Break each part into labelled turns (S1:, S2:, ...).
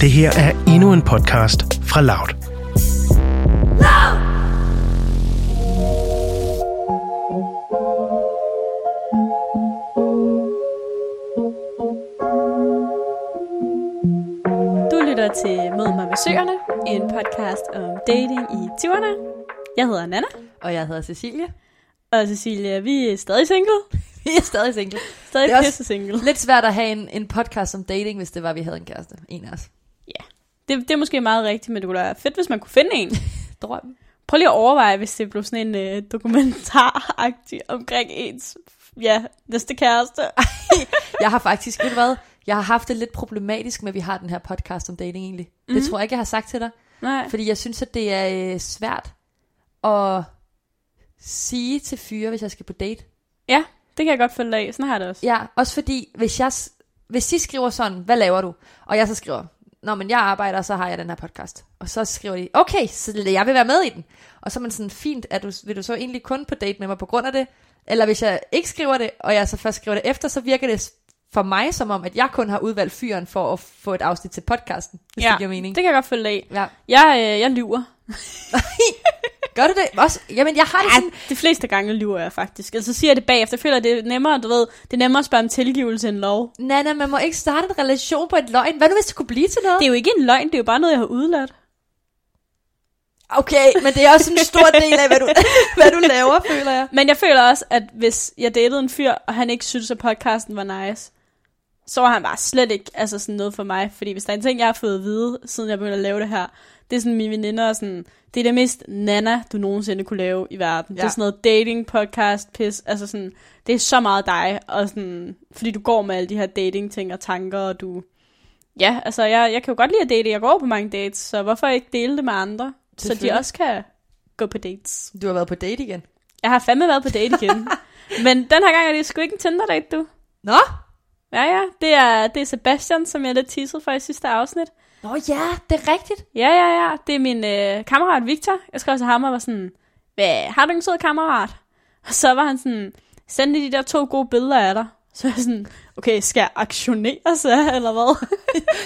S1: Det her er endnu en podcast fra Loud.
S2: Du lytter til Mød mig med søerne, en podcast om dating i 20'erne. Jeg hedder Nana,
S3: Og jeg hedder Cecilie.
S2: og Cecilia, vi er stadig single.
S3: Vi er stadig single.
S2: Stadig
S3: Det er også-
S2: pisse single.
S3: Lidt svært at have en, en podcast om dating, hvis det var, vi havde en kæreste. En af os.
S2: Det, det er måske meget rigtigt, men det kunne da være fedt, hvis man kunne finde en.
S3: Drøm.
S2: Prøv lige at overveje, hvis det blev sådan en øh, dokumentar omkring ens ja, næste kæreste.
S3: Jeg har faktisk, ved du hvad, jeg har haft det lidt problematisk med, at vi har den her podcast om dating egentlig. Mm-hmm. Det tror jeg ikke, jeg har sagt til dig.
S2: Nej.
S3: Fordi jeg synes, at det er øh, svært at sige til fyre, hvis jeg skal på date.
S2: Ja, det kan jeg godt følge dig af. Sådan har jeg det også.
S3: Ja, også fordi, hvis, jeg, s- hvis de skriver sådan, hvad laver du? Og jeg så skriver, Nå, men jeg arbejder, og så har jeg den her podcast. Og så skriver de, okay, så jeg vil være med i den. Og så er man sådan, fint, er du, vil du så egentlig kun på date med mig på grund af det? Eller hvis jeg ikke skriver det, og jeg så først skriver det efter, så virker det s- for mig som om, at jeg kun har udvalgt fyren for at få et afsnit til podcasten, hvis ja, det giver mening.
S2: det
S3: Det...
S2: kan jeg godt følge dig af.
S3: Ja.
S2: Jeg, øh, jeg lyver.
S3: Gør du det? Også, jamen, jeg har det sådan,
S2: Ja, de fleste gange lyver jeg faktisk. Altså siger jeg det bagefter. Jeg føler, det er nemmere, du ved, det er nemmere at spørge om tilgivelse end lov.
S3: Nana, man må ikke starte en relation på et løgn. Hvad nu, hvis det kunne blive til noget?
S2: Det er jo ikke en løgn, det er jo bare noget, jeg har udladt.
S3: Okay, men det er også en stor del af, hvad du, hvad du laver, føler jeg.
S2: Men jeg føler også, at hvis jeg datede en fyr, og han ikke syntes, at podcasten var nice, så var han bare slet ikke altså sådan noget for mig. Fordi hvis der er en ting, jeg har fået at vide, siden jeg begyndte at lave det her, det er sådan mine veninder og sådan, det er det mest nana, du nogensinde kunne lave i verden. Ja. Det
S3: Ja.
S2: er sådan noget dating, podcast, pis, altså sådan, det er så meget dig, og sådan, fordi du går med alle de her dating ting og tanker, og du, ja, altså jeg, jeg kan jo godt lide at date, jeg går på mange dates, så hvorfor ikke dele det med andre, så de
S3: Selvfølgelig.
S2: også kan gå på dates.
S3: Du har været på date igen.
S2: Jeg har fandme været på date igen. Men den her gang er det sgu ikke en Tinder-date, du.
S3: Nå?
S2: Ja, ja. Det er, det er Sebastian, som jeg lidt teasede for i sidste afsnit.
S3: Nå ja, det er rigtigt.
S2: Ja, ja, ja. Det er min øh, kammerat Victor. Jeg skrev til ham og var sådan, Hvad, har du en sød kammerat? Og så var han sådan, send lige de der to gode billeder af dig. Så jeg sådan, okay, skal jeg aktionere så, eller hvad?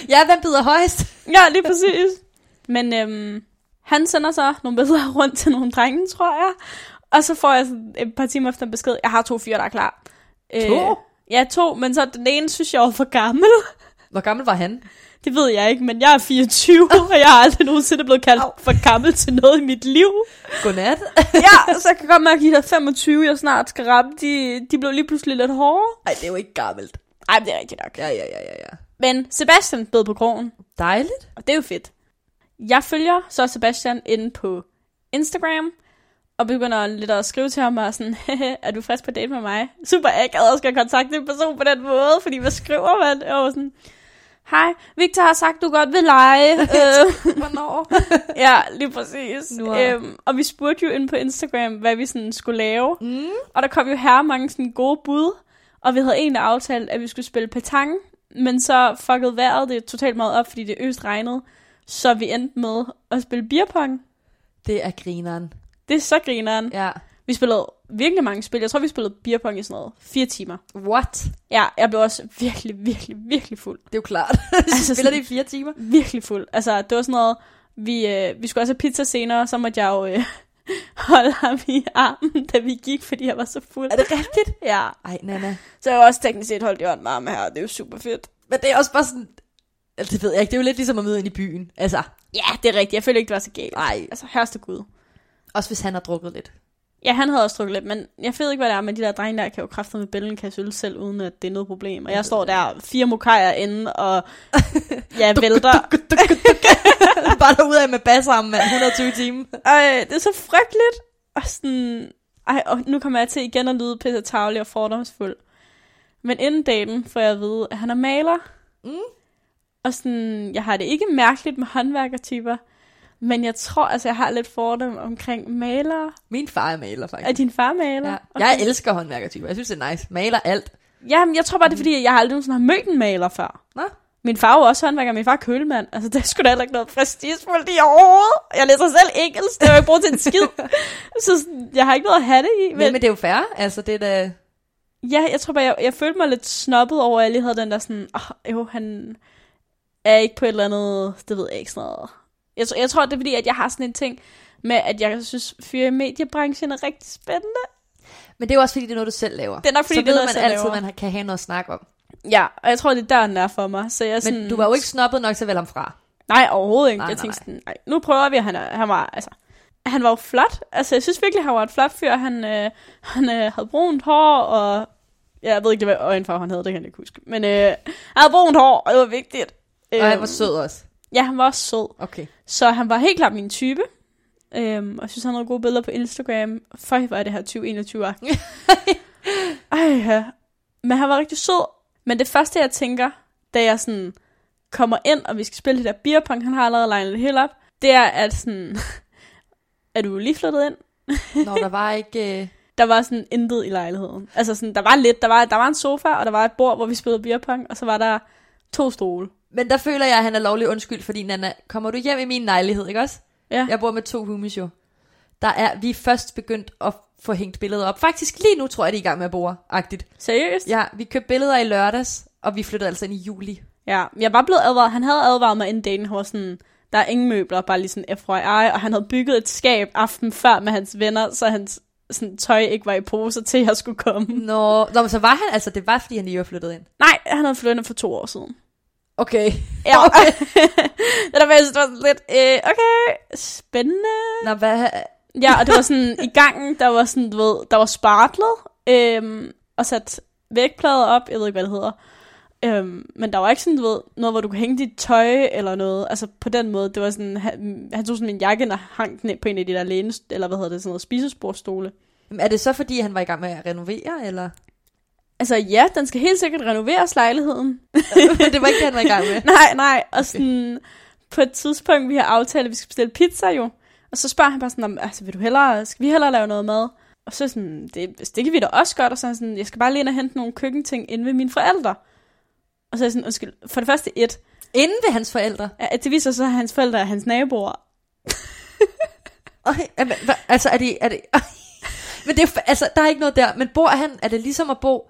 S3: Ja, hvem bider højst?
S2: ja, lige præcis. Men øhm, han sender så nogle billeder rundt til nogle drenge, tror jeg. Og så får jeg sådan et par timer efter en besked, jeg har to fyre, der er klar. Øh,
S3: To?
S2: ja, to, men så den ene synes jeg var for gammel.
S3: Hvor gammel var han?
S2: Det ved jeg ikke, men jeg er 24, og jeg har aldrig nogensinde blevet kaldt for gammel til noget i mit liv.
S3: Godnat.
S2: Ja, så jeg kan godt mærke, at de der 25, jeg snart skal ramme, de, de blev lige pludselig lidt hårde.
S3: Nej, det er jo ikke gammelt.
S2: Ej, men det er rigtigt nok.
S3: Ja, ja, ja, ja, ja.
S2: Men Sebastian bed på krogen.
S3: Dejligt.
S2: Og det er jo fedt. Jeg følger så Sebastian inde på Instagram, og begynder lidt at skrive til ham, og er sådan, "Hehe, er du frisk på date med mig? Super akavet at skal kontakte en person på den måde, fordi hvad skriver man? Jeg var sådan, hej, Victor har sagt, du godt vil lege. øh,
S3: Hvornår?
S2: ja, lige præcis.
S3: Nu er-
S2: Øhm, og vi spurgte jo inde på Instagram, hvad vi sådan skulle lave. Mm. Og der kom jo her mange sådan gode bud, og vi havde egentlig aftalt, at vi skulle spille petanque, men så fuckede vejret det totalt meget op, fordi det øst regnede. Så vi endte med at spille beerpong.
S3: Det er grineren.
S2: Det er så grineren. Ja.
S3: Ja.
S2: Vi spillede virkelig mange spil. Jeg tror, vi spillede beerpong i sådan noget. Fire timer.
S3: What?
S2: Ja, jeg blev også virkelig, virkelig, virkelig fuld.
S3: Det er jo klart. altså, spiller det i fire timer?
S2: virkelig fuld. Altså, det var sådan noget, vi, øh, vi skulle også have pizza senere, så måtte jeg jo øh, holde ham i armen, da vi gik, fordi jeg var så fuld.
S3: Er det rigtigt?
S2: Ja,
S3: Ej, Nana.
S2: så jeg var også teknisk set holdt i hånden med ham her, og det er jo super fedt.
S3: Men det er også bare sådan... Altså, det ved jeg ikke. Det er jo lidt ligesom at møde ind i byen. Altså,
S2: Ja, det er rigtigt. Jeg føler ikke, det var så galt.
S3: nej.
S2: Altså, hørste Gud.
S3: Også hvis han har drukket lidt.
S2: Ja, han havde også drukket lidt, men jeg ved ikke, hvad det er, men de der drenge der kan jo kræfter med bælgen kan øl selv, uden at det er noget problem. Og jeg står der fire mokajer inde, og jeg vælter.
S3: bare derude af med bassarmen, mand. 120 timer.
S2: Ej, det er så frygteligt. Og sådan... Ej, og nu kommer jeg til igen at lyde pisse tavlig og fordomsfuld. Men inden dagen får jeg at vide, at han er maler.
S3: Mm.
S2: Og sådan, jeg har det ikke mærkeligt med håndværkertyper. Men jeg tror, altså, jeg har lidt fordom omkring malere.
S3: Min far er maler, faktisk.
S2: Er din far maler?
S3: Ja. Jeg elsker håndværkertyper. Jeg synes, det er nice. Maler alt.
S2: Jamen, jeg tror bare, det er fordi, jeg har aldrig nogensinde har mødt en maler før.
S3: Nå.
S2: Min far er jo også håndværker, min far er kølemand. Altså, der skulle da heller ikke noget prestigefuldt i overhovedet. Jeg læser selv engelsk, det har jeg ikke brugt til en skid. Så sådan, jeg har ikke noget at have det i.
S3: Men, men det er jo fair. Altså, det er da...
S2: Ja, jeg tror bare, jeg, jeg følte mig lidt snobbet over, at jeg lige havde den der sådan, åh, oh, jo, "Ah, han, er ikke på et eller andet, det ved jeg ikke sådan noget. Jeg, tror- jeg tror, det er fordi, at jeg har sådan en ting med, at jeg synes, fyre i mediebranchen er rigtig spændende.
S3: Men det er jo også fordi, det er noget, du selv laver.
S2: Det er nok, fordi
S3: så
S2: det er
S3: ved
S2: noget, jeg
S3: man
S2: selv
S3: altid,
S2: laver.
S3: man har- kan have noget at snakke om.
S2: Ja, og jeg tror, det er der, den er for mig. Så jeg er
S3: Men
S2: Altså sådan,
S3: du var jo ikke snobbet nok til at vælge ham fra.
S2: Nej, overhovedet ikke.
S3: Nej,
S2: Nej, jeg
S3: nej,
S2: tænkte sådan, nej, nu prøver vi, han, er, han var, altså, han var jo flot. Altså, jeg synes virkelig, han var et flot fyr. Han, øh, han øh, havde brunt hår, og ja, jeg ved ikke, hvad øjenfarve han havde, det kan jeg ikke huske. Men øh, han havde brunt hår, og det var vigtigt.
S3: Og han
S2: Øhm,
S3: var sød også.
S2: Ja, han var også sød.
S3: Okay.
S2: Så han var helt klart min type. Øhm, og jeg synes, han havde gode billeder på Instagram. Føj, hvor er det her 2021 -agtigt. Ej, ja. Men han var rigtig sød. Men det første, jeg tænker, da jeg sådan kommer ind, og vi skal spille det der beerpong, han har allerede legnet det helt op, det er, at sådan... er du lige flyttet ind?
S3: Når der var ikke... Øh...
S2: Der var sådan intet i lejligheden. Altså sådan, der var lidt. Der var, der var en sofa, og der var et bord, hvor vi spillede beerpong, og så var der to stole.
S3: Men der føler jeg, at han er lovlig undskyld, fordi Nana, kommer du hjem i min lejlighed, ikke også?
S2: Ja.
S3: Jeg bor med to homies jo. Der er, vi er først begyndt at få hængt billeder op. Faktisk lige nu tror jeg, de er i gang med at bore, agtigt.
S2: Seriøst?
S3: Ja, vi købte billeder i lørdags, og vi flyttede altså ind i juli.
S2: Ja, jeg var blevet advaret. Han havde advaret mig inden dagen. Han var sådan, der er ingen møbler, bare lige sådan FYI. Og han havde bygget et skab aften før med hans venner, så hans sådan, tøj ikke var i poser til, at jeg skulle komme.
S3: Nå, Nå men så var han, altså det var, fordi han lige var flyttet ind.
S2: Nej, han havde flyttet for to år siden.
S3: Okay.
S2: Ja, okay. det der var, jeg synes, det var sådan lidt, øh, okay, spændende.
S3: Nå, hvad,
S2: Ja, og det var sådan, i gangen, der var sådan, du ved, der var spartlet, øhm, og sat vægplader op, jeg ved ikke, hvad det hedder. Øhm, men der var ikke sådan, du ved, noget, hvor du kunne hænge dit tøj eller noget. Altså på den måde, det var sådan, han, han tog sådan min jakke ind og hang den ind på en af de der læne, eller hvad hedder det, sådan noget spisespordstole.
S3: øh, er det så, fordi han var i gang med at renovere, eller?
S2: Altså ja, den skal helt sikkert renoveres lejligheden.
S3: det var ikke det, han var i gang med.
S2: Nej, nej, og sådan, på et tidspunkt, vi har aftalt, at vi skal bestille pizza jo. Og så spørger han bare sådan, "Nå, men, altså vil du hellere, skal vi hellere lave noget mad? Og så sådan, det, det kan vi da også godt. Og så er han sådan, jeg skal bare lige ind og hente nogle køkkenting inde ved mine forældre. Og så er jeg sådan, undskyld, for det første et,
S3: Inden ved hans forældre.
S2: at det viser sig, at hans forældre er hans naboer.
S3: Okay, jamen, hva, altså er det, er det men det er, jo- altså, der er ikke noget der, men bor han, er det ligesom at bo,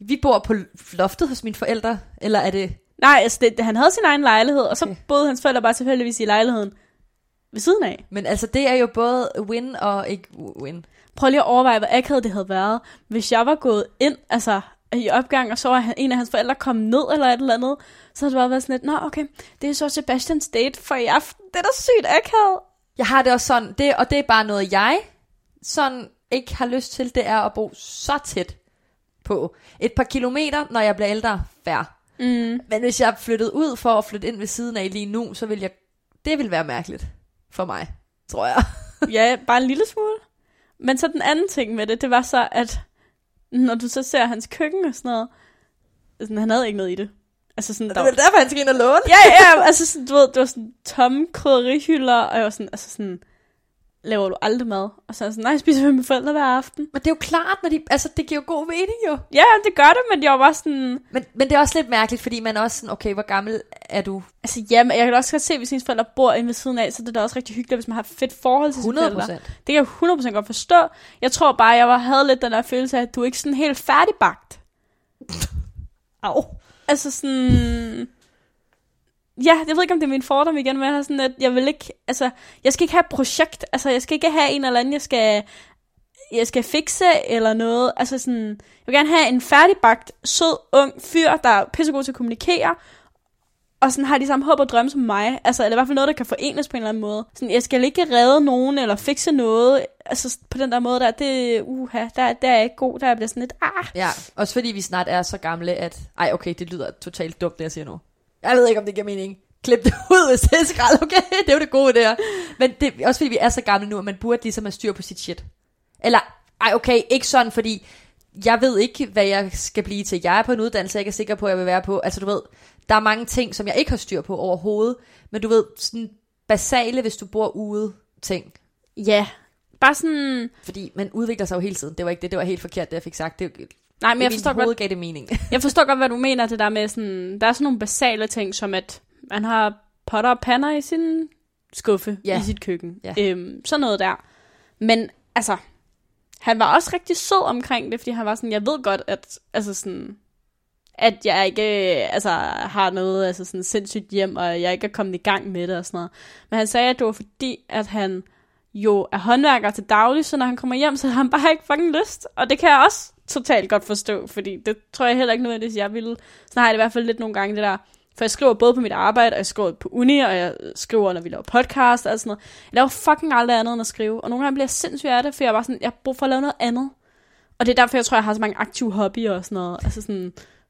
S3: vi bor på loftet hos mine forældre, eller er det,
S2: Nej, altså det, han havde sin egen lejlighed, og så
S3: Okay.
S2: okay. boede hans forældre bare tilfældigvis i lejligheden ved siden af.
S3: men altså det er jo både win og ikke win.
S2: Prøv lige at overveje, hvor akavet det havde været, hvis jeg var gået ind, altså i opgang, og så var han, en af hans forældre kommet ned eller et eller andet, så havde det bare været sådan lidt, nå okay, det er så Sebastians date for i aften. Det er da sygt akavet.
S3: Jeg har det også sådan, det, og det er bare noget, jeg sådan ikke har lyst til, det er at bo så tæt på. Et par kilometer, når jeg bliver ældre, fair.
S2: Mm.
S3: Men hvis jeg er flyttet ud for at flytte ind ved siden af lige nu, så vil jeg, det vil være mærkeligt for mig, tror jeg.
S2: Ja, bare en lille smule. Men så den anden ting med det, det var så, at når du så ser hans køkken og sådan noget, sådan, han havde ikke noget i det. Altså sådan, der var,
S3: derfor, han skal ind og låne.
S2: ja, ja, altså sådan, du ved, det var sådan tomme krydderihylder, og jeg var sådan, altså sådan, laver du aldrig mad? Og så er jeg sådan, nej, jeg spiser med mine forældre hver aften.
S3: Men det er jo klart, når de, altså det giver jo god mening jo.
S2: Ja, det gør det, men jeg var bare sådan...
S3: Men, men det er også lidt mærkeligt, fordi man er også sådan, okay, hvor gammel er du?
S2: Altså ja, men jeg kan da også godt se, hvis ens forældre bor inde ved siden af, så er det da også rigtig hyggeligt, hvis man har et fedt forhold til sine
S3: 100
S2: forældre.
S3: procent.
S2: Det kan jeg 100% godt forstå. Jeg tror bare, jeg var, havde lidt den der følelse af, at du er ikke sådan helt færdigbagt.
S3: Au.
S2: Altså sådan... Ja, jeg ved ikke, om det er min fordom igen, men jeg har sådan, at jeg vil ikke... Altså, jeg skal ikke have et projekt. Altså, jeg skal ikke have en eller anden, jeg skal jeg skal fikse eller noget. Altså sådan, jeg vil gerne have en færdigbagt, sød, ung fyr, der er pissegod til at kommunikere, og sådan har de samme håb og drømme som mig. Altså, eller i hvert fald noget, der kan forenes på en eller anden måde. Sådan, jeg skal ikke redde nogen eller fikse noget. Altså, på den der måde der, det, uha, der, der er jeg ikke god, der bliver sådan lidt, ah.
S3: Ja, også fordi vi snart er så gamle, at... Ej, okay, det lyder totalt dumt, det jeg siger nu. Jeg ved ikke, om det giver mening. Klip det ud, hvis det er skrald, okay? Det er jo det gode der. Men det er også fordi, vi er så gamle nu, at man burde ligesom have styr på sit shit. Eller, ej, okay, ikke sådan, fordi... Jeg ved ikke, hvad jeg skal blive til. Jeg er på en uddannelse, jeg ikke er sikker på, at jeg vil være på. Altså, du ved, der er mange ting, som jeg ikke har styr på overhovedet. Men du ved, sådan basale, hvis du bor ude, ting.
S2: Ja, bare sådan...
S3: Fordi man udvikler sig jo hele tiden. Det var ikke det, det var helt forkert, det jeg fik sagt. Det, det
S2: Nej, men
S3: men
S2: jeg
S3: jeg
S2: forstår,
S3: hoved
S2: godt,
S3: gav det mening.
S2: jeg forstår godt, hvad du mener, det der med sådan... Der er sådan nogle basale ting, som at man har potter og pander i sin skuffe,
S3: Ja.
S2: i sit køkken.
S3: Ja.
S2: Øhm, sådan noget der. Men altså, han var også rigtig sød omkring det, fordi han var sådan, jeg ved godt, at altså sådan, at jeg ikke øh, altså, har noget altså, sådan sindssygt hjem, og jeg ikke er kommet i gang med det og sådan noget. Men han sagde, at det var fordi, at han jo er håndværker til daglig, så når han kommer hjem, så har han bare ikke fucking lyst. Og det kan jeg også totalt godt forstå, fordi det tror jeg heller ikke nødvendigvis, jeg ville. Så har jeg det i hvert fald lidt nogle gange det der, for jeg skriver både på mit arbejde, og jeg skriver på uni, og jeg skriver, når vi laver podcast og sådan noget. Jeg laver fucking aldrig andet end at skrive. Og nogle gange bliver jeg sindssyg af det, for jeg er bare sådan, jeg har brug for at lave noget andet. Og det er derfor, jeg tror, jeg har så mange aktive hobbyer og sådan noget. Altså sådan,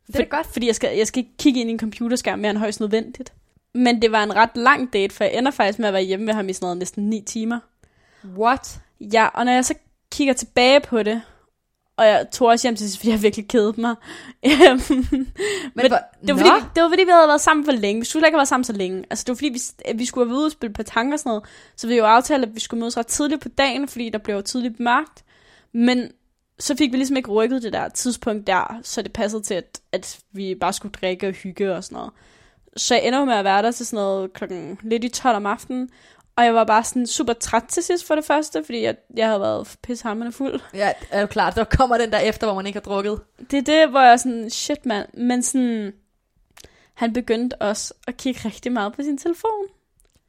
S3: Det er da godt.
S2: Fordi jeg skal, jeg skal ikke kigge ind i en computerskærm mere end højst nødvendigt. Men det var en ret lang date, for jeg ender faktisk med at være hjemme ved ham i sådan noget næsten 9 timer.
S3: What?
S2: Ja, og når jeg så kigger tilbage på det, og jeg tog også hjem til sidst, fordi jeg virkelig kedede mig. Øhm,
S3: Men,
S2: Men
S3: hvor,
S2: det, var fordi, vi- det var fordi, vi havde været sammen for længe. Vi skulle slet ikke have været sammen så længe. Altså, det var fordi, vi, at vi skulle have været ude og spille på tanker og sådan noget. Så vi havde jo aftalt, at vi skulle mødes ret tidligt på dagen, fordi der blev jo tidligt mørkt. Men så fik vi ligesom ikke rykket det der tidspunkt der, så det passede til, at, at vi bare skulle drikke og hygge og sådan noget. Så jeg ender jo med at være der til sådan noget klokken lidt i 12 om aftenen. Og jeg var bare sådan super træt til sidst for det første, fordi jeg, jeg havde været pissehammerende fuld.
S3: Ja, det er jo klart, der kommer den der efter, hvor man ikke har drukket.
S2: Det er det, hvor jeg er sådan, shit mand, men sådan, han begyndte også at kigge rigtig meget på sin telefon.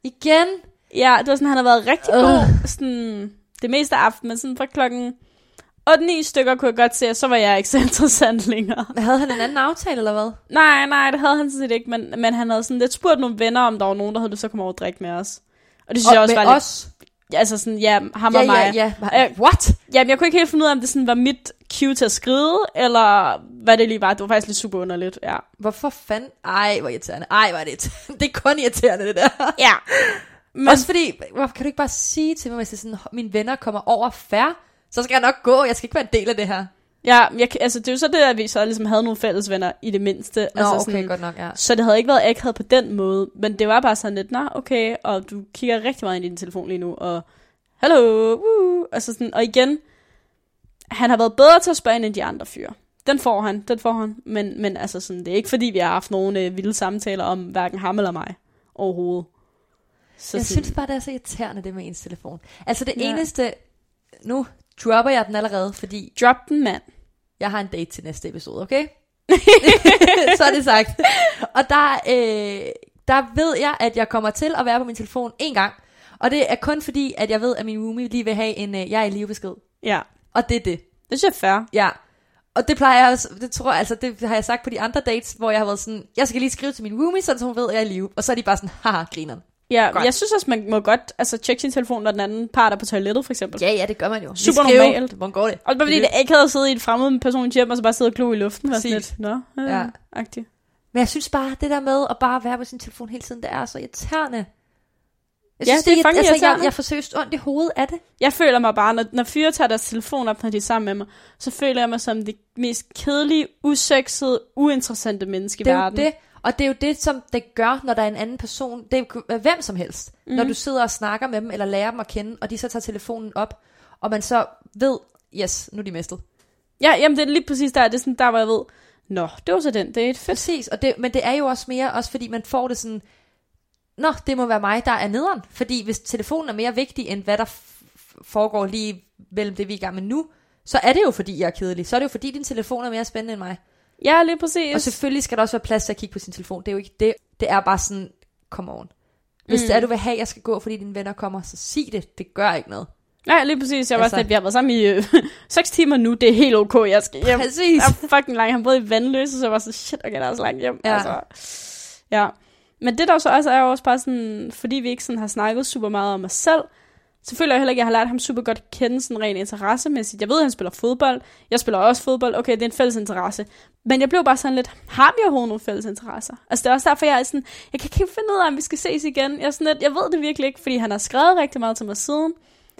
S3: Igen?
S2: Ja, det var sådan, han har været rigtig
S3: Øh.
S2: god, sådan, det meste af aftenen, men sådan fra klokken 8-9 stykker kunne jeg godt se, at så var jeg ikke så interessant længere.
S3: Havde han en anden aftale, eller hvad?
S2: Nej, nej, det havde han sådan set ikke, men, men han havde sådan lidt spurgt nogle venner, om der var nogen, der havde lyst til at komme over og drikke med os. Og det synes og jeg også var
S3: med
S2: lidt,
S3: os?
S2: altså sådan, ja, ham
S3: Ja,
S2: og mig.
S3: ja, ja.
S2: Øh,
S3: What?
S2: Jamen, jeg kunne ikke helt finde ud af, om det sådan var mit cue til at skride, eller hvad det lige var. Det var faktisk lidt super underligt, ja.
S3: Hvorfor fanden? Ej, hvor irriterende. Ej, hvor er det irriterende. Det er kun irriterende, det der.
S2: Ja. Men,
S3: Men... Også fordi, hvorfor kan du ikke bare sige til mig, hvis det er sådan, mine venner kommer over færre, så skal jeg nok gå, jeg skal ikke være en del af det her.
S2: ja, jeg, kan- altså, det er jo så det, at vi så ligesom havde nogle fælles venner i det mindste.
S3: Nå,
S2: altså,
S3: altså, okay, sådan... godt nok, ja.
S2: Så det havde ikke været akavet på den måde, men det var bare sådan lidt, nå, okay, og du kigger rigtig meget ind i din telefon lige nu, og hallo, uh, altså sådan, og igen, han har været bedre til at spørge ind end de andre fyre. Den får han, den får han, men, men altså sådan, det er ikke fordi, vi har haft nogle øh, vilde samtaler om hverken ham eller mig overhovedet. Så
S3: jeg
S2: sådan,
S3: synes bare, det er så irriterende, det med ens telefon. Altså det
S2: Ja.
S3: ja. eneste, nu dropper jeg den allerede, fordi
S2: drop den mand.
S3: jeg har en date til næste episode, okay? så er det sagt. Og der, øh, der ved jeg, at jeg kommer til at være på min telefon en gang. Og det er kun fordi, at jeg ved, at min roomie lige vil have en øh, jeg er i live besked.
S2: Ja,
S3: Og det er det.
S2: det synes jeg er fair.
S3: Ja. Og det plejer jeg også, det tror jeg, altså det har jeg sagt på de andre dates, hvor jeg har været sådan, jeg skal lige skrive til min roomie, sådan så hun ved, at jeg er i live. Og så er de bare sådan, haha, grineren.
S2: Ja,
S3: Godt.
S2: jeg synes også, man må godt altså, tjekke sin telefon, når den anden part er på toilettet, for eksempel.
S3: Ja, ja, det gør man jo. Vi
S2: Super
S3: skriver,
S2: normalt.
S3: Hvordan går det?
S2: Og bare fordi det ikke havde siddet i et fremmed persons hjem, og så bare sidde og glo i luften. Var sådan
S3: Præcis.
S2: lidt, Nå, øh,
S3: Ja.
S2: ja. agtig.
S3: Men jeg synes bare, det der med at bare være på sin telefon hele tiden, det er så irriterende. Jeg
S2: Ja,
S3: synes,
S2: det er
S3: irri-
S2: fucking
S3: altså, jeg,
S2: irriterende.
S3: jeg får seriøst ondt i hovedet af det.
S2: Jeg føler mig bare, når, når fyre tager deres telefon op, når de er sammen med mig, så føler jeg mig som det mest kedelige, usexede, uinteressante menneske
S3: Det
S2: i
S3: er jo
S2: verden.
S3: det. Og det er jo det, som det gør, når der er en anden person. Det er jo hvem som helst. Mm. Når du sidder og snakker med dem, eller lærer dem at kende, og de så tager telefonen op, og man så ved, yes, nu er de mistet.
S2: Ja, jamen det er lige præcis der, det er sådan, der hvor jeg ved, Nå, det var så den date. Fedt.
S3: Præcis, og det, men det er jo også mere, også fordi man får det sådan, nå, det må være mig, der er nederen. Fordi hvis telefonen er mere vigtig, end hvad der f- f- foregår lige mellem det, vi er i gang med nu, så er det jo fordi, jeg er kedelig. Så er det jo fordi, din telefon er mere spændende end mig.
S2: Ja, lige præcis.
S3: Og selvfølgelig skal der også være plads til at kigge på sin telefon. Det er jo ikke det. Det er bare sådan, come on. Hvis mm. det er, du vil have, jeg skal gå, fordi dine venner kommer, så sig det. Det gør ikke noget.
S2: Nej, lige præcis. Jeg var altså...
S3: Altså-
S2: sådan, at vi har været sammen i øh, 6 timer nu. Det er helt okay, jeg skal hjem.
S3: Præcis.
S2: Jeg er fucking lang. Han boede i Vandløse, så jeg var sådan, shit, okay, der er så langt hjem.
S3: Ja.
S2: Altså, ja. Men det der så også er jo også bare sådan, fordi vi ikke sådan har snakket super meget om os selv, så føler jeg heller ikke, at jeg har lært ham super godt at kende sådan rent interessemæssigt. Jeg ved, at han spiller fodbold. Jeg spiller også fodbold. Okay, det er en fælles interesse. Men jeg blev bare sådan lidt, har vi overhovedet nogle fælles interesser? Altså det er også derfor, jeg er sådan, jeg kan ikke helt finde ud af, om vi skal ses igen. Jeg, er sådan lidt, jeg ved det virkelig ikke, fordi han har skrevet rigtig meget til mig siden.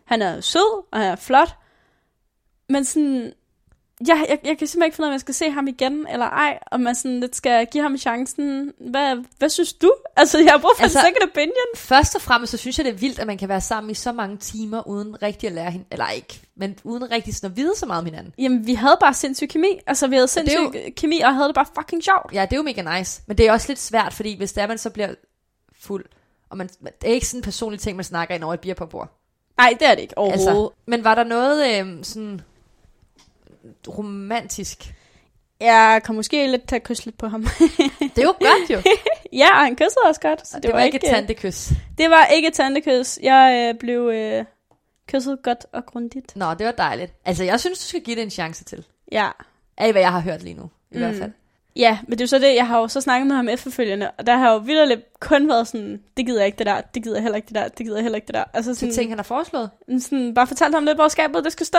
S2: Han er sød, og han er flot. Men sådan, jeg, jeg, jeg kan simpelthen ikke finde ud af, om jeg skal se ham igen eller ej, om man sådan lidt skal give ham chancen. Hvad, hvad synes du? Altså, jeg har brug for altså,
S3: Altså-
S2: en second opinion.
S3: Først og fremmest, så synes jeg, det er vildt, at man kan være sammen i så mange timer, uden rigtig at lære hinanden, eller ikke, men uden rigtig sådan at vide så meget om hinanden.
S2: Jamen, vi havde bare sindssyg kemi. Altså, vi havde
S3: er
S2: sindssyg
S3: jo-
S2: jo... kemi, og havde det bare fucking sjovt.
S3: Ja, det er jo mega nice, men det er også lidt svært, fordi hvis det er, man så bliver fuld, og man, det er ikke sådan en personlig ting, man snakker ind over et bierpopbord.
S2: Nej, det er det ikke overhovedet. Altså.
S3: men var der noget øh, sådan øhm, romantisk?
S2: Jeg kom måske lidt til at kysse lidt på ham.
S3: Det er jo godt jo.
S2: ja, og han kyssede også godt. Så
S3: det, det var ikke øh, et tantekys.
S2: det var ikke et tandekys. Jeg øh, blev øh, kysset godt og grundigt.
S3: Nå, det var dejligt. Altså, jeg synes, du skal give det en chance til.
S2: Ja.
S3: Af hvad jeg har hørt lige nu, i mm. hvert fald.
S2: Ja, men det er jo så det, jeg har jo så snakket med ham efterfølgende, og der har jo vildt kun været sådan, det gider jeg ikke det der, det gider jeg heller ikke det der, det gider jeg heller ikke det der. Altså
S3: Til
S2: sådan,
S3: ting, han har foreslået.
S2: sådan bare fortalt ham lidt, hvor skabet det skal stå.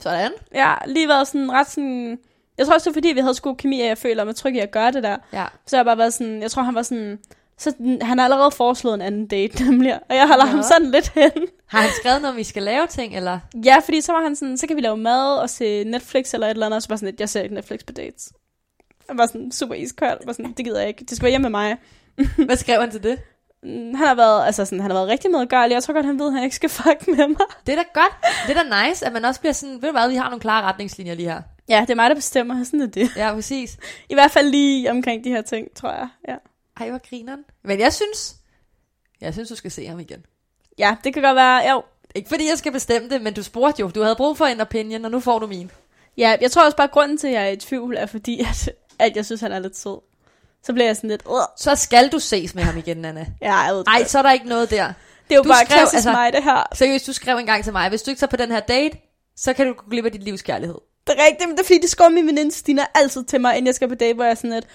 S3: Sådan.
S2: Ja, lige været sådan ret sådan... Jeg tror også, det er fordi, vi havde så god kemi, at jeg føler mig tryg i at gøre det der.
S3: Ja.
S2: Så jeg har bare været sådan, jeg tror han var sådan, så den- han har allerede foreslået en anden date, nemlig, og jeg holder
S3: Nå.
S2: ham sådan lidt hen.
S3: Har han skrevet noget, om vi skal lave ting, eller?
S2: Ja, fordi så var han sådan, så kan vi lave mad og se Netflix eller et eller andet, og så bare sådan lidt, jeg ser ikke Netflix på dates. Jeg var sådan super iskold, jeg var sådan, det gider jeg ikke, det skal være hjemme med mig.
S3: Hvad skrev han til det?
S2: Mm, Han har været, altså sådan, han har været rigtig medgørlig, jeg tror godt, han ved, at han ikke skal fuck med mig.
S3: Det er da godt. Det er da nice, at man også bliver sådan, ved du hvad, vi har nogle klare retningslinjer lige her.
S2: Ja, det er mig, der bestemmer, sådan er det.
S3: Ja, præcis.
S2: I hvert fald lige omkring de her ting, tror jeg. Ja.
S3: Ej, hvor grineren. Men jeg synes, jeg synes, du skal se ham igen.
S2: ja, det kan godt være, jo,
S3: Ikke fordi jeg skal bestemme det, men du spurgte jo. Du havde brug for en opinion, og nu får du min.
S2: Ja, jeg tror også bare, at grunden til, at jeg er i tvivl, er fordi, at, at jeg synes, han er lidt sød. Så bliver jeg sådan lidt, Åh,
S3: Så skal du ses med ham igen, Anna.
S2: ja, jeg ved det.
S3: Ej, så er der ikke noget der.
S2: det er jo
S3: du
S2: bare
S3: skrev,
S2: klassisk
S3: altså-
S2: altså... mig, det her.
S3: Seriøst, du skrev engang til mig, hvis du ikke tager på den her date, så kan du gå glip af dit livs kærlighed.
S2: Det er rigtigt, men det er fordi, det skår min veninde Stina altid til mig, inden jeg skal på date, hvor jeg er sådan lidt,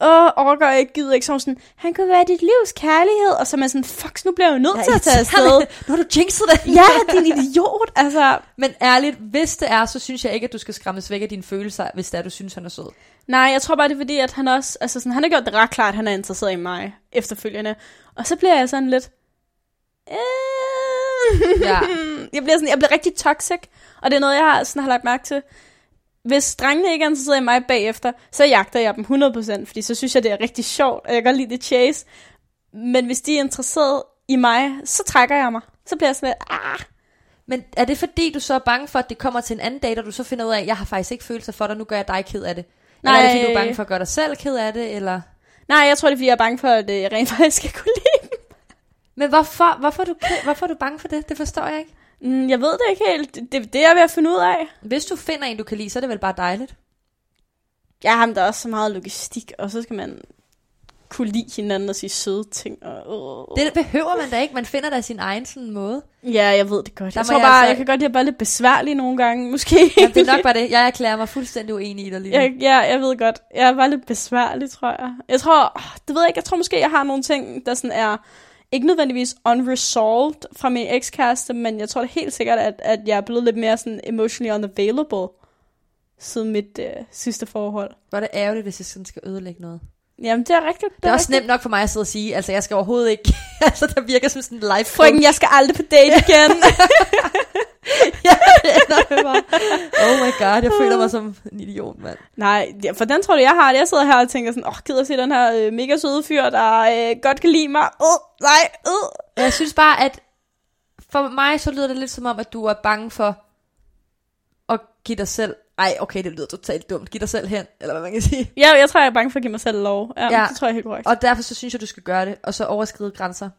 S2: åh, overgår jeg ikke, gider ikke, så er hun sådan, han kunne være dit livs kærlighed, og så er man sådan, fuck, nu bliver jeg jo nødt
S3: Ja,
S2: til at tage afsted.
S3: irriterende. Nu har du jinxet det.
S2: ja, din idiot, altså.
S3: Men ærligt, hvis det er, så synes jeg ikke, at du skal skræmmes væk af dine følelser, hvis det er, du synes, han er sød.
S2: Nej, jeg tror bare, det er fordi, at han også, altså sådan, han har gjort det ret klart, at han er interesseret i mig efterfølgende. Og så bliver jeg sådan lidt... Øh,
S3: Ja.
S2: jeg, bliver sådan, jeg bliver rigtig toxic, og det er noget, jeg har, sådan, har lagt mærke til. Hvis drengene ikke er interesseret i mig bagefter, så jagter jeg dem 100%, fordi så synes jeg, det er rigtig sjovt, og jeg kan godt lide det chase. Men hvis de er interesseret i mig, så trækker jeg mig. Så bliver jeg sådan lidt, ah,
S3: Men er det fordi, du så er bange for, at det kommer til en anden date, og du så finder ud af, at jeg har faktisk ikke følelser for dig, nu gør jeg dig ked af det? Eller er det fordi, du er
S2: Nej.
S3: bange for at gøre dig selv ked af det? Eller?
S2: nej, jeg tror, det er, fordi jeg er bange for, at øh, jeg rent faktisk skal kunne lide dem.
S3: Men hvorfor, hvorfor, er du ked, hvorfor er du bange for det? Det forstår jeg ikke.
S2: Mm, Jeg ved det ikke helt. Det, det, det er jeg ved at finde ud af.
S3: Hvis du finder en, du kan lide, så er det vel bare dejligt.
S2: Ja, ham der er også så meget logistik, og så skal man kunne lide hinanden og sige søde ting. Og, øh.
S3: Det behøver man da ikke. Man finder da sin egen sådan måde.
S2: Ja, jeg ved det godt.
S3: Der
S2: Jeg
S3: må
S2: tror
S3: jeg
S2: bare,
S3: altså-
S2: jeg kan godt lide at være lidt besværlig nogle gange, måske.
S3: Ja, det er nok bare det. Jeg erklærer mig fuldstændig uenig i dig lige nu.
S2: jeg, ja, jeg ved godt. Jeg er bare lidt besværlig, tror jeg. Jeg tror, åh, det ved jeg ikke, jeg tror måske, jeg har nogle ting, der sådan er ikke nødvendigvis unresolved fra min ekskæreste, men jeg tror da helt sikkert, at, at jeg er blevet lidt mere sådan emotionally unavailable siden mit øh, sidste forhold.
S3: Hvor er det ærgerligt, hvis jeg sådan skal ødelægge noget.
S2: Jamen, det er rigtigt.
S3: Det er også
S2: rigtigt.
S3: nemt nok for mig at sidde og sige, altså jeg skal overhovedet ikke, altså der virker som sådan en life
S2: Frøken, jeg skal aldrig på date igen.
S3: Oh my god, jeg føler mig som en idiot, mand.
S2: Nej, ja, for den tror du, jeg har det. Jeg sidder her og tænker sådan, åh, gider at se den her øh, mega søde fyr, der øh, godt kan lide mig. Øh, nej, øh.
S3: Jeg synes bare, at for mig så lyder det lidt som om, at du er bange for at give dig selv... Ej, okay, det lyder totalt dumt. Giv dig selv hen, eller hvad man kan sige.
S2: Ja, jeg tror, jeg er bange for at give mig selv lov. Ja,
S3: Ja.
S2: ja. det tror jeg er helt korrekt.
S3: Og derfor så synes jeg, du skal gøre det, og så overskride grænser.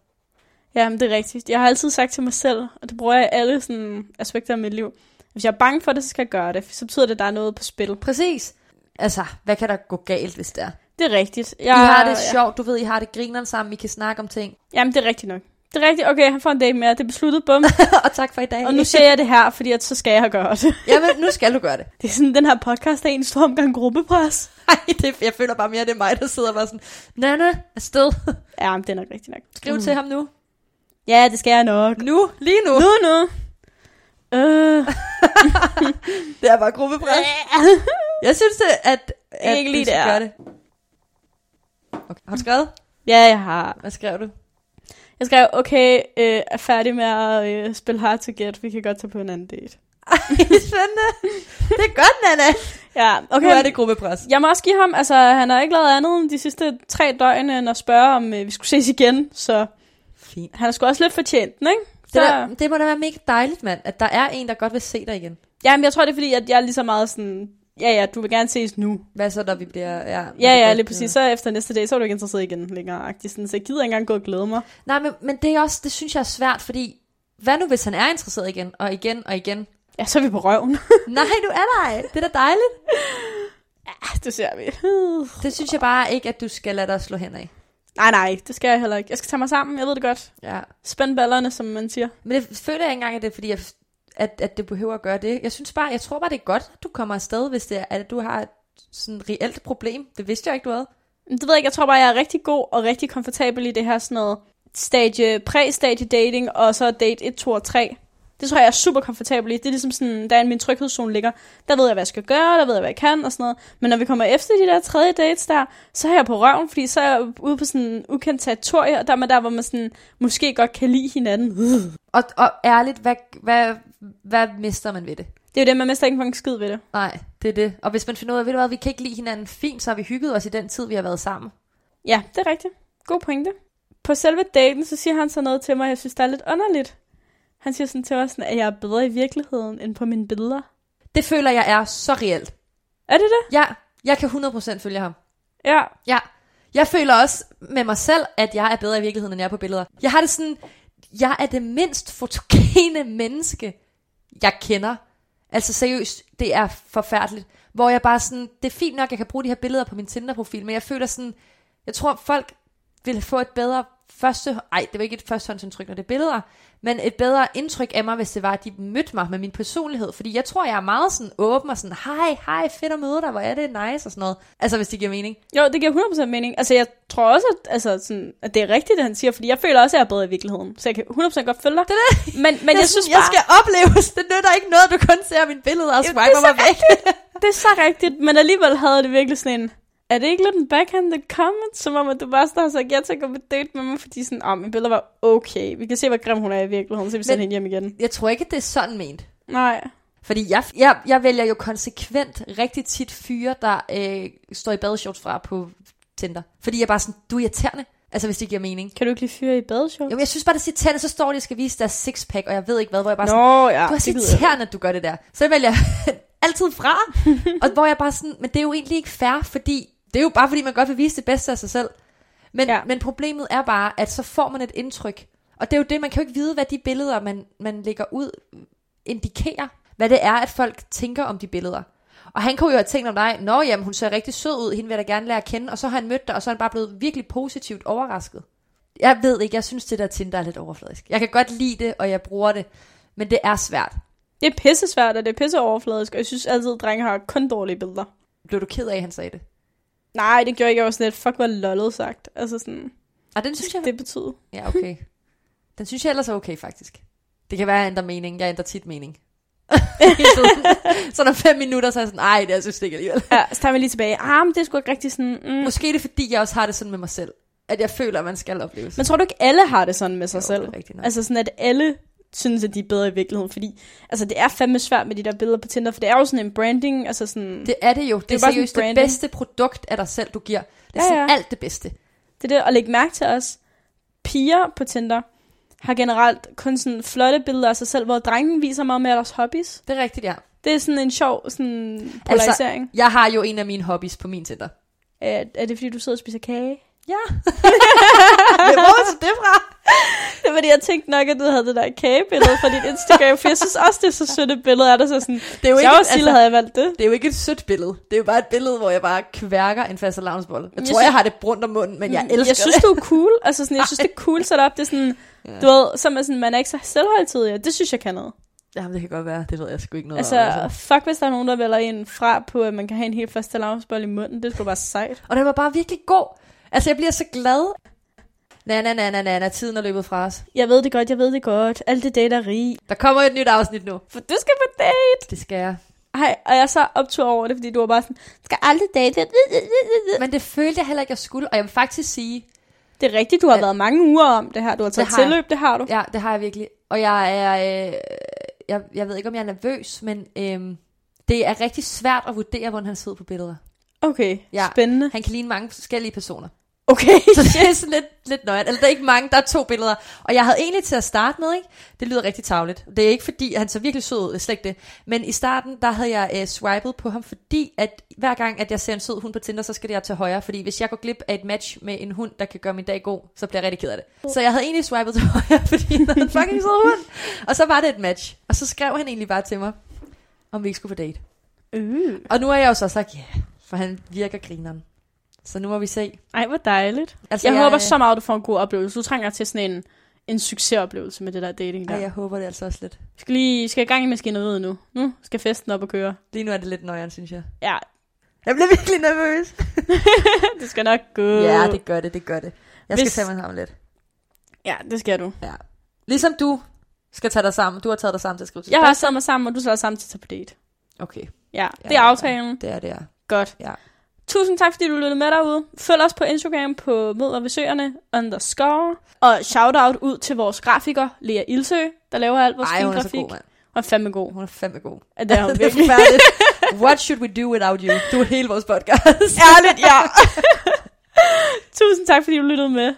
S2: Ja, men det er rigtigt. Jeg har altid sagt til mig selv, og det bruger jeg i alle sådan, aspekter af mit liv. Hvis jeg er bange for det, så skal jeg gøre det. for Så betyder det, at der er noget på spil.
S3: Præcis. Altså, hvad kan der gå galt, hvis det er?
S2: Det er rigtigt. Jeg,
S3: I har det
S2: ja.
S3: sjovt, du ved, I har det grineren sammen, I kan snakke om ting.
S2: Jamen, det er rigtigt nok. Det er rigtigt. Okay, han får en date mere. Det er besluttet, bum.
S3: og tak for i dag.
S2: Og nu siger jeg det her, fordi at, så skal jeg gøre det.
S3: Jamen, nu skal du gøre det.
S2: Det er sådan, den her podcast er en stor omgang gruppepres.
S3: Ej, det, jeg føler bare mere, det er mig, der sidder bare sådan, Nana, afsted.
S2: Ja, men det er nok rigtigt nok.
S3: Skriv mm. til ham nu.
S2: Ja, det skal jeg nok.
S3: Nu, lige nu.
S2: Nu, nu. Øh,
S3: Det er bare gruppepres. Jeg synes, det, at, at
S2: Ikke lige
S3: du skal
S2: der.
S3: gøre det. Okay. Har du skrevet?
S2: ja, jeg har.
S3: Hvad skrev du?
S2: Jeg skrev, okay, øh, er færdig med at øh, spille hard to get. Vi kan godt tage på en anden date.
S3: Spændende. Det er godt, Nana.
S2: Ja, okay.
S3: Nu er det gruppepres.
S2: Jeg må også give ham, altså han har ikke lavet andet end de sidste tre døgn, end at spørge, om øh, vi skulle ses igen. Så
S3: Fint.
S2: han er sgu også lidt fortjent, den, ikke?
S3: Det,
S2: Så,
S3: der, det må da være mega dejligt, mand, at der er en, der godt vil se dig igen.
S2: jamen, jeg tror, det er fordi, at jeg er lige så meget sådan, ja, ja, du vil gerne ses nu.
S3: Hvad så, når vi bliver... Ja,
S2: Ja, ja, lige præcis. Så efter næste dag, så er du ikke interesseret igen længere. agtigt. Sådan, så jeg gider ikke engang gå og glæde mig.
S3: Nej, men, men det, er også, det synes jeg er svært, fordi hvad nu, hvis han er interesseret igen, og igen, og igen?
S2: Ja, så er vi på røven.
S3: Nej, du er der ej. Det er da dejligt.
S2: ah, det ser vi.
S3: Det synes jeg bare ikke, at du skal lade dig slå hen af.
S2: nej, nej, det skal jeg heller ikke. Jeg skal tage mig sammen, jeg ved det godt.
S3: Ja.
S2: Spænd ballerne, som man siger.
S3: Men det føler jeg ikke engang, at det er fordi, jeg, at, at det behøver at gøre det. Jeg synes bare, jeg tror bare, det er godt, at du kommer afsted, hvis det er, at du har et sådan reelt problem. Det vidste jeg ikke, du havde.
S2: Men Det ved jeg ikke, jeg tror bare, jeg er rigtig god og rigtig komfortabel i det her sådan noget stage, præ-stage dating, og så date 1, 2 og 3. Det tror jeg, jeg er super komfortabel i. Det er ligesom sådan, der er min tryghedszone ligger. Der ved jeg, hvad jeg skal gøre, der ved jeg, hvad jeg kan og sådan noget. Men når vi kommer efter de der tredje dates der, så er jeg på røven, fordi så er jeg ude på sådan ukendt territorie, og der er man der, hvor man sådan, måske godt kan lide hinanden.
S3: Og, og ærligt, hvad, hvad, hvad mister man ved det?
S2: Det er jo det, man mister ikke for en skid ved det.
S3: Nej, det er det. Og hvis man finder ud af, ved du hvad, vi kan ikke lide hinanden fint, så har vi hygget os i den tid, vi har været sammen.
S2: Ja, det er rigtigt. God pointe. På selve daten, så siger han så noget til mig, jeg synes, det er lidt underligt. Han siger sådan til mig, sådan, at jeg er bedre i virkeligheden, end på mine billeder.
S3: Det føler jeg er så reelt.
S2: Er det det?
S3: Ja, jeg kan 100% følge ham.
S2: Ja.
S3: Ja. Jeg føler også med mig selv, at jeg er bedre i virkeligheden, end jeg er på billeder. Jeg har det sådan, jeg er det mindst fotogene menneske, jeg kender. Altså seriøst, det er forfærdeligt. Hvor jeg bare sådan, det er fint nok, jeg kan bruge de her billeder på min Tinder-profil, men jeg føler sådan, jeg tror folk vil få et bedre første, ej, det var ikke et førstehåndsindtryk, når det er billeder, men et bedre indtryk af mig, hvis det var, at de mødte mig med min personlighed, fordi jeg tror, jeg er meget sådan åben og sådan, hej, hej, fedt at møde dig, hvor er det nice og sådan noget. Altså, hvis det giver mening.
S2: Jo, det giver 100% mening. Altså, jeg tror også, at, altså, sådan, at det er rigtigt, det han siger, fordi jeg føler også, at jeg er bedre i virkeligheden. Så jeg kan 100% godt følge dig. Det
S3: det.
S2: Men, men jeg, jeg synes bare,
S3: jeg skal opleves. Det nytter ikke noget, at du kun ser mine billeder og
S2: Jamen,
S3: swiper
S2: det er
S3: mig væk.
S2: det er så rigtigt, men alligevel havde det virkelig sådan en, er det ikke lidt en backhanded comment, som om, at du bare står og sagt, ja til at gå på date med mig, fordi sådan, åh, mine billeder var okay. Vi kan se, hvor grim hun er i virkeligheden, så vi sender
S3: Men-
S2: hende hjem igen.
S3: Jeg tror ikke, det er sådan ment.
S2: Nej.
S3: Fordi jeg, jeg, jeg vælger jo konsekvent rigtig tit fyre, der øh, står i badeshorts fra på Tinder. Fordi jeg er bare sådan, du er irriterende. Altså, hvis det giver mening.
S2: Kan du ikke lige fyre i badeshorts?
S3: Jo, men jeg synes bare, det er så irriterende, så står de og skal vise deres sixpack, og jeg ved ikke hvad, hvor jeg bare sådan,
S2: Nå, ja.
S3: du er så
S2: det gider jeg.
S3: irriterende, at du gør det der. Så vælger jeg altid fra, og hvor jeg bare sådan, men det er jo egentlig ikke fair, fordi det er jo bare, fordi man godt vil vise det bedste af sig selv. Men, ja.
S2: Ja.
S3: men problemet er bare, at så får man et indtryk. Og det er jo det, man kan jo ikke vide, hvad de billeder, man, man lægger ud, indikerer, hvad det er, at folk tænker om de billeder. Og han kunne jo have tænkt om dig, nå jamen, hun ser rigtig sød ud, hende vil jeg da gerne lære at kende, og så har han mødt dig, og så er han bare blevet virkelig positivt overrasket. Jeg ved ikke, jeg synes det der Tinder er lidt overfladisk. Jeg kan godt lide det, og jeg bruger det, men det er svært.
S2: Det er pissesvært, og det er pisseoverfladisk, og jeg synes altid, at drenge har kun dårlige billeder.
S3: Blev du ked af, at han sagde det?
S2: Nej, det gjorde jeg ikke. Jeg var sådan lidt, fuck, hvor lollet sagt. Altså sådan,
S3: Og den synes jeg...
S2: det betyder.
S3: Ja, okay. Den synes jeg ellers er okay, faktisk. Det kan være, at jeg ændrer mening. Jeg ændrer tit mening. Hele tiden. så når fem minutter, så er jeg sådan, ej, det jeg synes jeg ikke alligevel.
S2: Ja, så tager vi lige tilbage. Ah, men det er sgu ikke rigtig sådan, mm.
S3: Måske er det, fordi jeg også har det sådan med mig selv. At jeg føler, at man skal opleves.
S2: Men tror du ikke, alle har det sådan med sig
S3: Jo,
S2: jo, selv?
S3: det er rigtigt nok.
S2: Altså sådan, at alle synes, at de er bedre i virkeligheden, fordi altså, det er fandme svært med de der billeder på Tinder, for det er jo sådan en branding, altså sådan, det,
S3: Det er det jo. Det, det
S2: jo bare
S3: er
S2: sådan
S3: seriøst det
S2: branding.
S3: bedste produkt af dig selv, du giver. Det er ja,
S2: Ja,
S3: sådan
S2: ja.
S3: alt det bedste.
S2: det der, og lægge mærke til os, piger på Tinder, har generelt kun sådan flotte billeder af sig selv, hvor drengen viser meget mere deres hobbies.
S3: Det er rigtigt, ja.
S2: Det er sådan en sjov sådan polarisering. Altså,
S3: Jeg har jo en af mine hobbies på min Tinder.
S2: er, er det fordi, du sidder og spiser kage?
S3: Ja. Hvor er det fra?
S2: Det var fordi, jeg tænkte nok, at du havde det der kagebillede fra dit Instagram, for jeg synes også, det er så sødt et billede af dig. Så sådan,
S3: Det er jo
S2: hvis
S3: ikke, altså-
S2: jeg var
S3: et-
S2: Sille, havde jeg valgt det.
S3: Det er jo ikke et sødt billede. Det er jo bare et billede, hvor jeg bare kværker en fast lavnsbolle. Jeg, jeg
S2: Jeg
S3: tror,
S2: sy-
S3: jeg har det brunt om munden, men jeg elsker
S2: Mm, jeg synes,
S3: det.
S2: du er cool. Altså, sådan, jeg synes, det er cool sat op. Det er sådan,
S3: Ja.
S2: du ved, så er man, sådan, man er ikke så selvholdtidig. og Det synes jeg kan noget.
S3: Jamen, det kan godt være. Det ved jeg sgu ikke noget
S2: Altså,
S3: om. Altså.
S2: fuck, hvis der er nogen, der vælger en fra på, at man kan have en helt første lavnsbold i munden. Det skulle bare sejt.
S3: Og den var bare virkelig god. Altså, jeg bliver så glad. Na, na, na, na, na, na. Tiden er løbet fra os.
S2: Jeg ved det godt, jeg ved det godt. Alt det dateri.
S3: Der kommer et nyt afsnit nu.
S2: For du skal på date.
S3: Det skal jeg.
S2: Ej, og jeg er så optur over det, fordi du var bare sådan, skal aldrig date.
S3: Men det følte jeg heller ikke, jeg skulle. Og jeg vil faktisk sige,
S2: Det er rigtigt, du har
S3: Ja.
S2: været mange uger om det her. Du har taget
S3: har jeg.
S2: tilløb, det har du.
S3: ja, det har jeg virkelig. Og jeg er, øh, jeg, jeg ved ikke, om jeg er nervøs, men øh, det er rigtig svært at vurdere, hvordan han sidder på billeder.
S2: Okay,
S3: Ja.
S2: ja. spændende.
S3: Han kan ligne mange forskellige personer.
S2: Okay.
S3: Så det er sådan lidt, lidt nøjert. Eller der er ikke mange, der er to billeder. Og jeg havde egentlig til at starte med, ikke? det lyder rigtig tavligt. Det er ikke fordi, han så virkelig sød ud, slet ikke det. Men i starten, der havde jeg øh, swipet på ham, fordi at hver gang, at jeg ser en sød hund på Tinder, så skal jeg til højre. Fordi hvis jeg går glip af et match med en hund, der kan gøre min dag god, så bliver jeg rigtig ked af det. Så jeg havde egentlig swipet til højre, fordi han havde en fucking sød hund. Og så var det et match. Og så skrev han egentlig bare til mig, om vi ikke skulle på date.
S2: Uh.
S3: Og nu har jeg jo så sagt, ja, yeah, for han virker grineren. Så nu må vi se.
S2: Ej, hvor dejligt.
S3: Altså,
S2: Jeg ja, håber
S3: øh,
S2: så meget, du får en god oplevelse. Du trænger til sådan en, en succesoplevelse med det der dating der.
S3: Ej, jeg håber det altså også lidt.
S2: Vi skal lige skal i gang i maskineriet nu. Nu skal festen op og køre.
S3: Lige nu er det lidt nøjeren, synes jeg.
S2: Ja,
S3: Jeg bliver virkelig nervøs.
S2: det skal nok gå.
S3: Ja, det gør det, det gør det.
S2: Øh.
S3: Jeg skal
S2: Hvis-
S3: Hvis... tage mig sammen lidt.
S2: ja, det skal du.
S3: Ligesom du skal tage dig sammen. Du har taget dig sammen til at skrive til
S2: Jeg har også taget mig sammen, og du skal også sammen til at tage på date.
S3: Okay,
S2: Ja,
S3: Ja,
S2: det er
S3: ja, ja.
S2: aftalen.
S3: det er det, ja.
S2: Godt.
S3: Ja.
S2: Tusind tak, fordi du lyttede med derude. Følg os på Instagram på Møder ved Søerne underscore. Og shout-out ud til vores grafiker, Lea Ildsø, der laver alt vores
S3: Ej,
S2: fine
S3: hun er
S2: grafik.
S3: så god, mand.
S2: Hun er fandme god.
S3: Hun er fandme god.
S2: Ja, Det er hun
S3: det er
S2: virkelig.
S3: forfærdeligt. What should we do without you? Du er hele vores podcast.
S2: Ærligt, ja. Tusind tak, fordi du lyttede med.